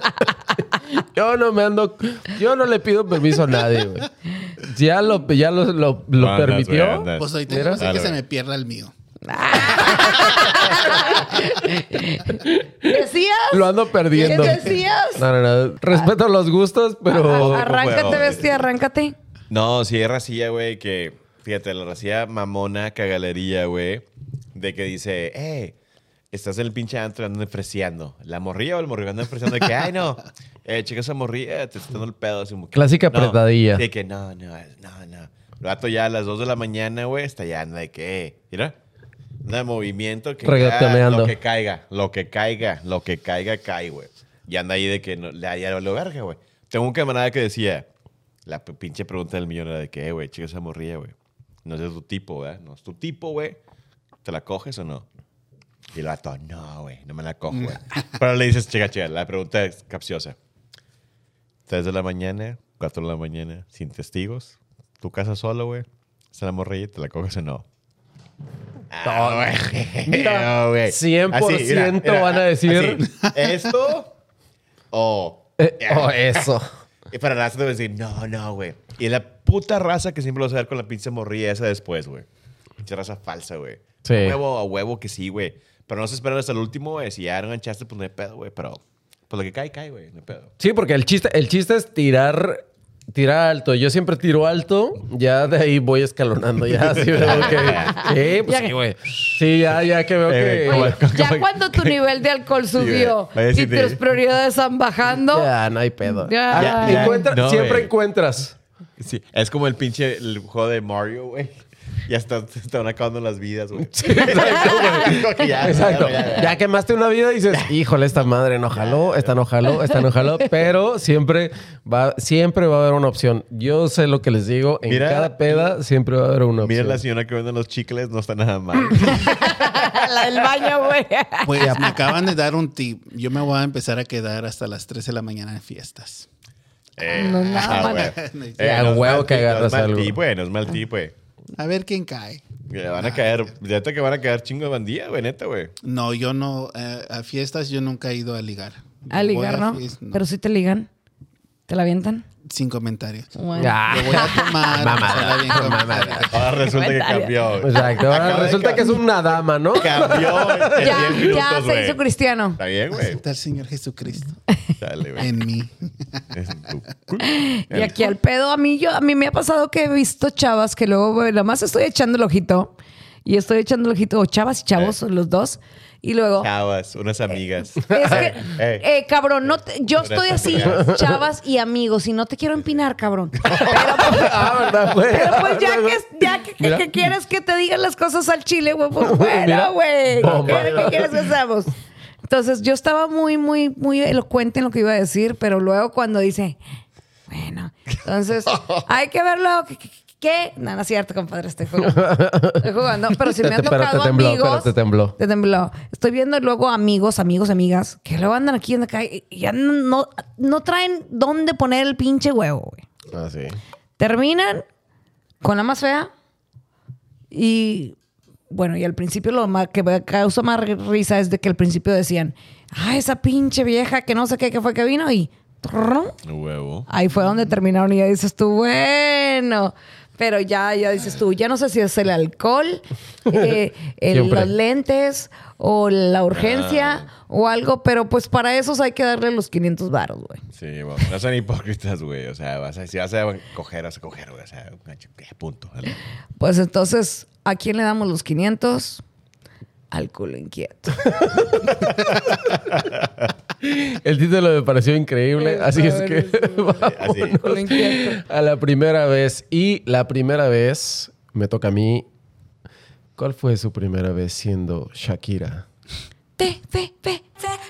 [LAUGHS] yo no me ando, yo no le pido permiso a nadie, güey. Ya lo, ya lo, lo, lo
Andas,
permitió.
güey, andas.
Pues hoy
Mira.
tengo que
Dale,
se me
güey.
pierda
[LAUGHS]
el mío.
¿Decías?
Lo ando perdiendo.
¿Qué decías?
No, no, no. Respeto los gustos, pero.
Arr- Arráncate,
Bueno.
bestia, arráncate.
No, sí, es racía, güey, que. Fíjate, la racía mamona cagalería, güey. De que dice, eh, estás en el pinche antro andando freseando. La morrilla o el morrillo andan freseando. De que, ay, no, eh, chica esa morrilla, te está dando el pedo. Así como que,
Clásica
no.
apretadilla.
De que, no, no, no, no. El vato ya a las 2 de la mañana, güey, está ya anda de que, eh, mira. Anda de movimiento que ah,
Reggaetoneando.
lo que caiga, lo que caiga, lo que caiga, cae, güey. Y anda ahí de que no, le haya lo verga, güey. Tengo un camarada que decía, la p- pinche pregunta del millón era de que, eh, güey, chica esa morrilla, güey. No es de tu tipo, ¿verdad? No es tu tipo, güey. ¿Te la coges o no? Y el vato, no, güey, no me la
[LAUGHS]
cojo, güey. Pero le dices, chica, chica, la pregunta es capciosa. 3 de la mañana, 4 de la mañana, sin testigos, tu casa solo, güey. Se la morrilla, te la coges o no. Ah, güey.
Mira,
[LAUGHS] No, güey. Ah,
100% van a decir-
así, Ah, esto
[LAUGHS]
o
Eh, oh, eso.
y para la raza te va a decir, no, no, güey. Y la puta raza que siempre lo vas a ver con la pinche morrilla esa después, güey. Pinche raza falsa, güey.
Sí.
A huevo, a huevo que sí, güey. Pero no se esperan hasta el último, güey. Si ya no enganchaste, pues no hay pedo, güey. Pero pues lo que cae, cae, güey. No hay pedo.
Sí, porque el chiste, el chiste es tirar, tirar alto. Yo siempre tiro alto, ya de ahí voy escalonando. Ya, sí,
[LAUGHS]
veo que. Sí, pues
Ya.
sí, güey. Sí, ya, ya que veo
Eh, güey,
que.
¿cómo-
Ya cuando tu nivel de alcohol subió
güey. Oye,
y
sí te-
tus prioridades van bajando.
Ya, no hay pedo.
Ya.
Ah,
Ya,
encuentra-
no,
siempre
güey.
encuentras.
Sí. Es como el pinche el juego de Mario, güey. Ya está- se están acabando las vidas, güey. [LAUGHS] Como que Ah, ya,
Exacto.
ya, ya, ya.
Ya quemaste una vida y dices, híjole, esta madre no jaló, esta no jaló, esta no
[LAUGHS]
jaló, pero siempre va, siempre va a haber una opción. Yo sé lo que les digo, en
Mira-
cada peda siempre va a haber una
Mira
opción.
la señora que vende los chicles, no está nada mal.
La del baño, güey.
Pues me acaban de dar un tip. Yo me voy a empezar a quedar hasta las 3 de la mañana en fiestas.
[LAUGHS] Eh,
No, no,
[LAUGHS]
ah,
bueno.
güey.
Eh, a
no es
huevo
mal
que
tip, no es
agarras
mal
algo.
tip, güey, no es mal tip, güey.
A ver quién cae.
Le van a caer, neta que van a caer chingo de bandía, güey, neta, güey.
No, yo no. eh, a fiestas yo nunca he ido a ligar.
A
Yo voy
ligar, ¿no?
fies- no,
Pero si te ligan. ¿Te la avientan?
Sin comentarios.
Ah,
Yo voy a
[LAUGHS]
tomar. pasarla bien con-
Ahora resulta que
Comentario.
cambió. güey.
Pues, Exacto. Ahora
Acaba de
resulta que es
cam-
una dama, ¿no?
[LAUGHS] Cambió en
Ya,
10 minutos,
ya se
güey.
hizo cristiano.
Está bien, Eh, güey.
Acepta al Señor Jesucristo
Dale, güey.
en
[LAUGHS]
mí.
Es tu-
Y aquí al pedo, a mí, yo, a mí me ha pasado que he visto chavas que luego, güey, nada más estoy echando el ojito. Y estoy echando el ojito, o chavas y chavos, los dos. Y luego,
Chavas, unas amigas.
Es que,
Eh, eh.
eh, cabrón, no te- yo estoy así, chavas y amigos, y no te quiero empinar, cabrón. Pero,
[LAUGHS] Ah, ¿verdad, güey?
pero pues ya que, ya que, que-
Mira.
que quieres que te digan las cosas al chile, güey, pues bueno,
Mira.
güey.
Bomba.
¿Qué qué quieres que hagamos? Entonces, yo estaba muy, muy, muy elocuente en lo que iba a decir, pero luego cuando dice, bueno, entonces hay que verlo. ¿Qué? qué- qué? No, no es cierto, compadre, estoy jugando. Estoy jugando, pero si
Te-
me han
te- pero te
tocado
tembló,
amigos.
pero te tembló.
Te tembló. Estoy viendo luego amigos, amigos, amigas, que luego andan aquí, andan acá, y y ya no, no, no traen dónde poner el pinche huevo, güey.
Ah, sí.
Terminan con la más fea y... Bueno, y al principio lo ma- que me causa más risa es de que al principio decían, ah, esa pinche vieja que no sé qué, que fue que vino y... trrrrón,
Huevo.
Ahí fue donde terminaron y ya dices tú, bueno. Pero ya, ya dices tú, ya no sé si es el alcohol, eh, el-
Siempre.
los lentes o la urgencia o algo, pero pues para esos hay que darle los 500 varos, güey.
Sí, bueno, no son hipócritas, güey. O sea, vas a, si vas a coger, vas a coger, güey. O sea, gancho, ya, punto. Dale.
Pues entonces, ¿a quién le damos los 500? Al culo inquieto.
El título me pareció increíble, así es que [LAUGHS]
Así.
Culo inquieto.
a la primera vez. Y la primera vez me toca a mí. ¿Cuál fue su primera vez siendo Shakira?
Te fe, fe,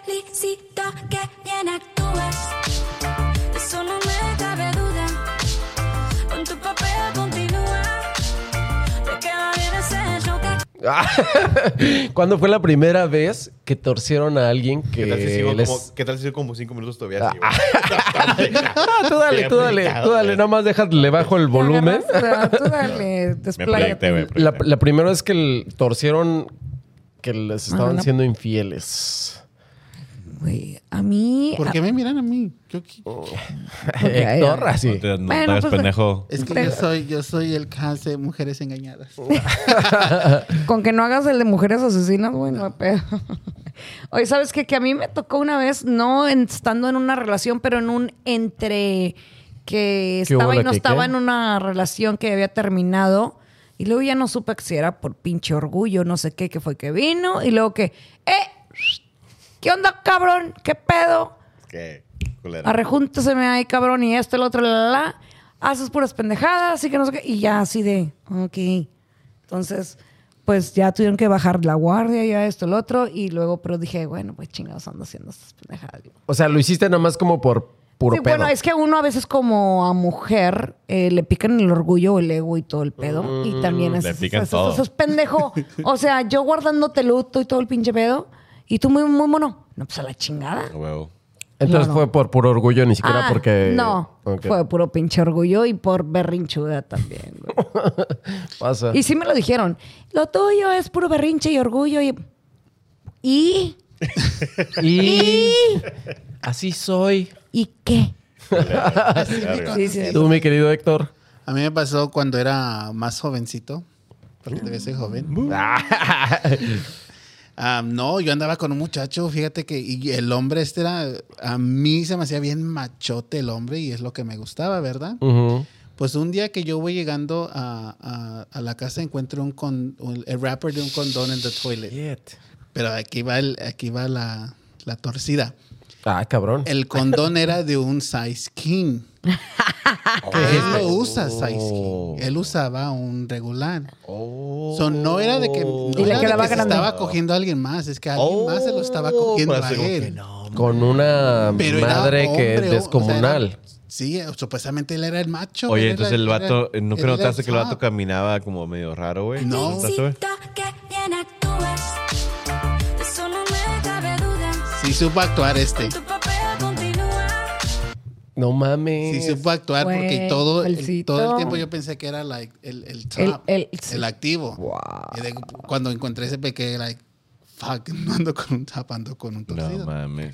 felicito que bien actúas. De eso no me cabe duda. Con tu papel continúa. Te queda bien ese show que
¿Cuándo fue la primera vez que torcieron a alguien que
¿Qué tal si sigo
les- [LAUGHS]
como, ¿Qué tal si sigo como cinco minutos todavía así, güey?
Ah, tú dale,
Qué
tú dale,
aplicado,
tú dale,
güey.
nomás déjale, le bajo el volumen.
Te agarras, [LAUGHS] o sea, Tú dale,
Me
despláyate.
proyecté, güey.
La,
proyecté.
la primera vez que el- torcieron que les estaban
no.
siendo
[LAUGHS]
infieles.
Güey, a mí...
¿Por qué me miran a mí? Yo qui-
Oh.
Héctor, así.
No te, no te
Bueno,
hagas
pues,
pendejo.
es que yo soy, yo soy el cáncer de mujeres engañadas.
Oh.
Con que no hagas el de mujeres asesinas, güey, no hay pedo. [LAUGHS] Oye, ¿sabes qué? Que a mí me tocó una vez, no en- estando en una relación, pero en un entre que
¿Qué hubo,
estaba y
la
no
que
estaba
qué?
en una relación que había terminado. Y luego ya no supe que si era por pinche orgullo, no sé qué, que fue que vino. Y luego que, ¡eh! ¿Qué onda, cabrón? ¿Qué pedo?
¿Qué? Culera.
Arrejúnteseme ahí, cabrón, y esto, el otro, la, la, la. Haces puras pendejadas, así que no sé qué. Y ya así de, ok. Entonces, pues ya tuvieron que bajar la guardia, ya esto, el otro. Y luego, pero dije, bueno, pues chingados ando haciendo estas pendejadas.
O sea, lo hiciste nomás como por puro
Sí,
pedo.
bueno, es que uno a veces como a mujer eh, le pican el orgullo, el ego y todo el pedo. y también
Mm, le
es, es,
pican
es-
todo.
es- es pendejo. O sea, yo guardándote el luto y todo el pinche pedo. Y tú muy, muy mono. No, pues a la chingada.
A huevo.
Entonces
no, no.
fue por puro orgullo, ni siquiera
Ah,
porque...
No,
Ok.
fue puro pinche orgullo y por berrinchuda también, güey.
Pasa.
Y sí me lo dijeron. Lo tuyo es puro berrinche y orgullo y... ¿Y?
Y... Así soy.
¿Y qué?
Verga.
Sí, sí.
Tú, mi querido Héctor.
A mí me pasó cuando era más jovencito, porque debe ser joven. Ah, no, yo andaba con un muchacho, fíjate que y el hombre este era, a mí se me hacía bien machote el hombre y es lo que me gustaba, ¿verdad?
Ujú.
Pues un día que yo voy llegando a, a- a la casa encuentro un, con, un- el wrapper de un condón en the toilet. Pero aquí va, el, aquí va la, la torcida.
Ah, cabrón.
El condón era de un size king. Que él no usa size king. Él usaba un regular. O sea, no era de que, no
Y le
era de
quedaba
que se
grande.
estaba cogiendo a alguien más. Es que alguien
Oh,
más se lo estaba cogiendo
para
a
hacer un que
él.
Con una
Pero era
madre que
hombre, o- o
es
sea,
descomunal.
era- sí, eh, supuestamente él era el macho.
Oye,
él
entonces
era-
el vato,
era-
¿nunca
él era
notaste que el vato
top.
caminaba como medio raro, güey?
Ah. No.
¿Notaste, güey?
Necesito que bien actúes. De eso no me cabe duda.
Sí supo actuar este.
Tu papel continúa.
No
Sí
mames.
supo actuar porque
Güey,
todo el,
Felcito.
todo el tiempo yo pensé que era like, el, el top,
El-
el,
el-
activo. Y de- cuando encontré ese pequeño, like, fuck, no ando con un top, ando con un torcido.
No mames.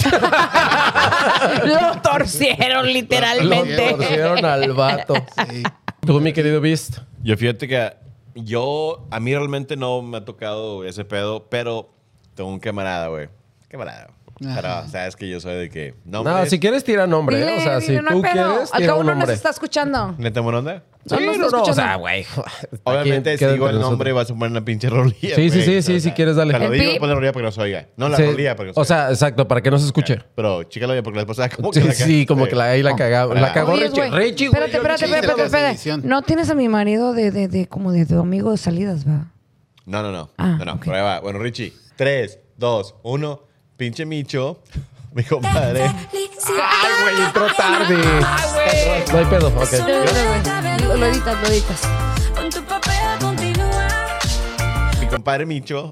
Lo torcieron literalmente.
Lo torcieron al
[LAUGHS]
vato.
Sí.
Tú, mi querido Beast.
Yo fíjate que yo, a mí realmente no me ha tocado ese pedo, pero tengo un camarada, güey. Camarada. Pero sabes que yo soy de que. No,
No, si quieres, tira nombre. ¿eh?
Dile,
o sea,
dile,
si
no
tú
hay pedo.
quieres,
Al
tira
cabo
un
no nos
nombre.
está escuchando.
¿Neta buena onda?
No, no, está escuchando.
O sea, güey.
Obviamente, si
queda
digo el
entre
nombre, vas a poner una pinche rolilla.
Sí, sí, sí,
güey.
sí,
O sea,
si quieres, dale.
Te lo
El
digo,
pi-
pon la rolilla para que no se oiga. No, la
Sí.
rolilla para que no se
O sea, exacto, para que no se escuche.
Pero, chécalo bien porque la esposa [LAUGHS] como que
Sí,
la ca-
sí, como que la, ahí la cagaba. La cagó
Oye,
Richie.
güey,
Richie, güey.
Espérate, espérate,
Richie,
espérate,
te
espérate,
hagas
espérate.
edición.
No tienes a mi marido de, de, de como de tu amigo de salidas, va.
No, no, no.
Ah,
no, no.
ok.
Pero ahí va. Bueno, Richie. Tres, dos, uno. Pinche Micho. [LAUGHS] Mi
Te
compadre.
felicito
Ay, Ah, güey,
que
entró
bien
tarde.
actúes.
No hay pedo,
De eso
ok.
no me cabe
Lo, lo
duda.
editas, lo editas.
Con tu papel continúa.
Mi
[LAUGHS]
compadre Micho.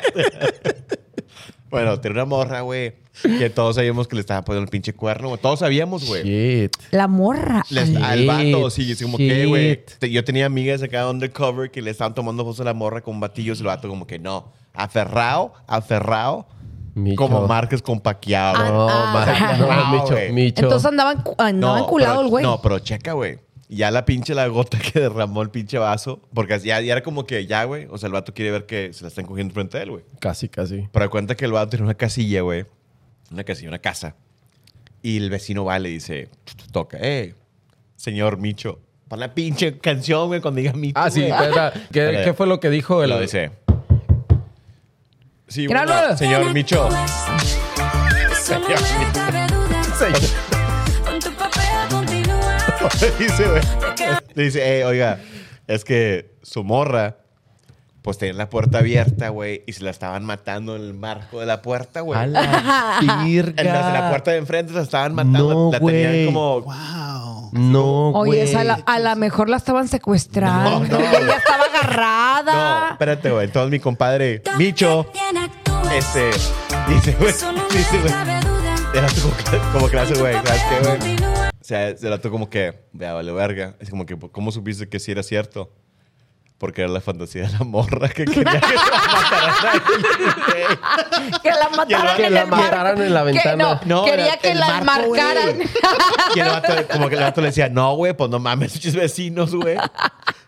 [LAUGHS] bueno, tenía una morra, güey. Que todos sabíamos que le estaba poniendo el pinche cuerno. güey. Todos sabíamos, güey.
Shit.
La morra.
Le est- Al vato, sí, sí, como que, güey.
Shit.
Te- Yo tenía amigas acá undercover que le estaban tomando fotos a la morra con batillos y el vato como que no. Aferrado, aferrado.
Micho.
Como Márquez con Paquiao.
Ah,
No,
Ah,
ma- [LAUGHS]
ah,
no,
ah,
Micho,
güey.
Micho.
Entonces andaban, cu- andaban
pero-
culados, güey.
No, pero checa, güey. Ya la pinche la gota que [LAUGHS] derramó el pinche vaso. Porque ya, ya era como que ya, güey. O sea, el vato quiere ver que se la están cogiendo frente a él, güey.
Casi, casi.
Pero da cuenta que el vato tiene una casilla, güey. Una casilla, una casa. Y el vecino va y le dice, toca, eh, señor Micho. Pon la pinche canción, güey, cuando diga Micho.
Ah, sí,
güey".
espera. ¿Qué,
Espera.
qué fue lo que dijo el.
Lo dice. Sí,
Míralo.
bueno, señor
Bien
Micho.
actúes. De eso no me cabe duda. Con tu papel continúa.
[LAUGHS] dice, güey. [LAUGHS] Le dice, "Ey, oiga, es que su morra, pues tenía la puerta abierta, güey, y se la estaban matando en el marco de la puerta, güey.
A
En la,
la
[LAUGHS]
virga.
en la puerta de enfrente se la estaban matando.
No,
la tenían
güey.
como.
Wow.
No, güey.
Oye, esa la- a lo mejor la estaban secuestrando.
No, no.
y ella estaba
No,
agarrada.
espérate, güey. Entonces mi compadre, Micho,
Bien actúes.
este, dice,
De
güey,
eso no
dice,
me
güey.
cabe duda.
Era como, cla- como clase, güey. ¿Sabes qué, güey?
Continúa.
O sea, se la tuvo como que, vea, vale verga. Es como que, ¿cómo supiste que sí era cierto? Porque era la fantasía de la morra que quería que se la mataran ahí, güey.
que la mataran
Que
en
la
el marco.
mataran en la
Que
ventana.
no,
No,
quería
era
que
el
la
marco, güey.
enmarcaran.
Y el vato, como que el vato le decía, no, güey, pues no mames, [LAUGHS] muchos vecinos, güey.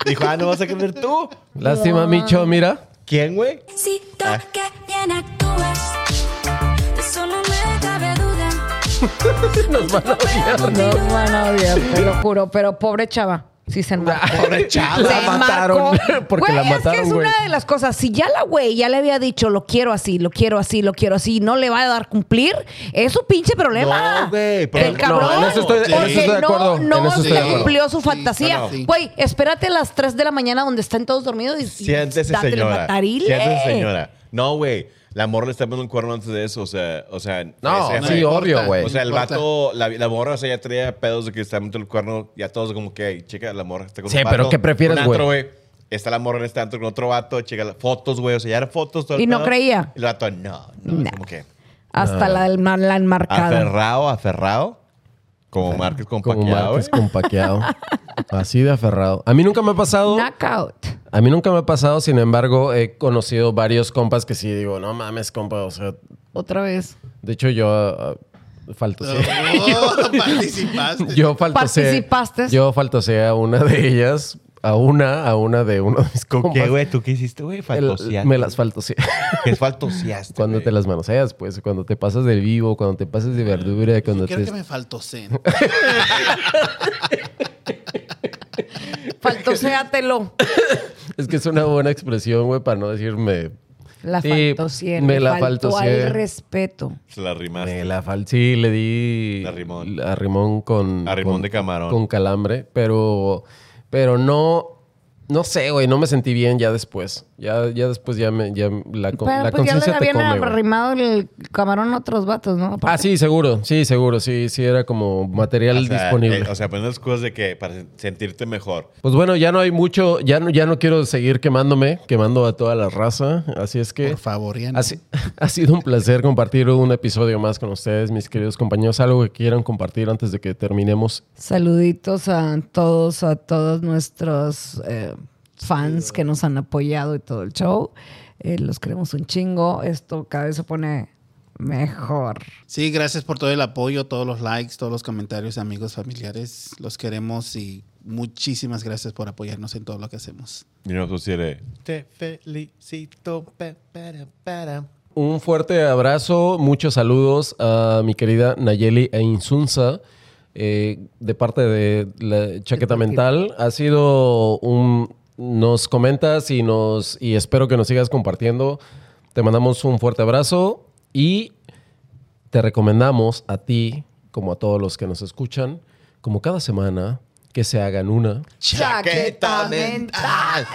Dijo, ah, no vas a creer tú.
Lástima, Micho, mira.
¿Quién, güey?
Necesito
Ah.
que bien actúes. De eso no me cabe duda.
Nos van a odiar, te lo juro. Pero pobre chava, sí se enmarcó.
Pobre chava.
[LAUGHS] Se
La mataron,
enmarcó.
[LAUGHS] porque
Güey,
la
Es que
mataron,
es
güey.
una de las cosas. Si ya la güey ya le había dicho, lo quiero así, lo quiero así, lo quiero así, no le va a dar cumplir, es su pinche problema.
No, güey, pero-
Del cabrón.
No, en eso estoy- en
porque
eso estoy de acuerdo,
no,
en
no
eso estoy
se
de acuerdo.
cumplió su
Sí,
fantasía.
no, no.
Güey, espérate a las 3 de la eh. mañana donde están todos dormidos y, y
Siéntese,
dátele
señora.
matarile.
Siéntese, señora. No, güey. La morra le está poniendo un cuerno antes de eso. O sea, o sea.
No,
ese
sí,
fue-
importa.
obvio, güey.
O sea, el
importa.
vato, la, la morra, o sea, ya traía pedos de que está metiendo el cuerno. Ya todos como que, "Ey, checa, la morra está con
Sí,
un
pero
vato,
¿qué prefieres,
un antro,
güey?
Está la morra en este antro con otro vato, checa las fotos, güey. O sea, ya eran fotos. Todo el
Y no
pedo.
creía.
Y el vato, no, no.
Nah.
Como que
Hasta la, del ma- la enmarcada.
aferrado, aferrado. Como Márquez con
Como
Pacquiao, ¿eh?
Márquez
güey. [LAUGHS]
con paqueado. Así de aferrado. A mí nunca me ha pasado.
Knockout.
A mí nunca me ha pasado, sin embargo, he conocido varios compas que sí digo, no mames, compa. O sea,
Otra vez.
de hecho, yo ah, falto. sí.
Oh, [LAUGHS]
[LAUGHS]
participaste.
Yo faltosé.
Participaste.
Yo faltosé a una de ellas, a una, a una de uno de mis compas.
¿Qué, güey? ¿Tú qué hiciste, güey?
El-
Faltoseaste.
me las faltosé.
[LAUGHS] Que es faltoseaste,
[LAUGHS] cuando
güey.
te las manoseas, pues. Cuando te pasas de vivo, cuando te pasas de verdura, cuando
Creo
te...
que me faltó
[LAUGHS]
zen.
[LAUGHS]
Faltoséatelo.
Es que es una buena expresión, güey, para no decirme...
La
Sí,
faltoseé.
me
le
la
faltó
faltoseé.
al respeto.
Se la rimaste.
Me la fal... Sí, le di...
La rimón.
A rimón con...
A rimón
con-
de camarón.
Con calambre, pero... Pero no... No sé, güey, no me sentí bien ya después. Ya, ya después ya me... Ya la, con-
Pero
la
pues ya le
conciencia te
habían
come, güey.
arrimado el camarón a otros vatos, ¿no?
Ah, sí, seguro. Sí, seguro. Sí, sí, era como material
O sea,
disponible.
eh, o sea, poniendo cosas de que para sen- sentirte mejor.
Pues bueno, ya no hay mucho, ya no, ya no quiero seguir quemándome, quemando a toda la raza. Así es que
Por favor, ya no.
ha, si- ha sido un placer compartir un episodio más con ustedes, mis queridos compañeros. Algo que quieran compartir antes de que terminemos.
Saluditos a todos, a todos nuestros eh, fans que nos han apoyado y todo el show. Eh, los queremos un chingo. Esto cada vez se pone mejor.
Sí, gracias por todo el apoyo, todos los likes, todos los comentarios, amigos, familiares. Los queremos y muchísimas gracias por apoyarnos en todo lo que hacemos.
Y no sucede.
Te felicito. pa, para, para.
Un fuerte abrazo, muchos saludos a mi querida Nayeli e Insunza. eh, de parte de la chaqueta mental ha sido un nos comentas y nos y espero que nos sigas compartiendo te mandamos un fuerte abrazo y te recomendamos a ti como a todos los que nos escuchan como cada semana que se hagan una
Chaqueta mental.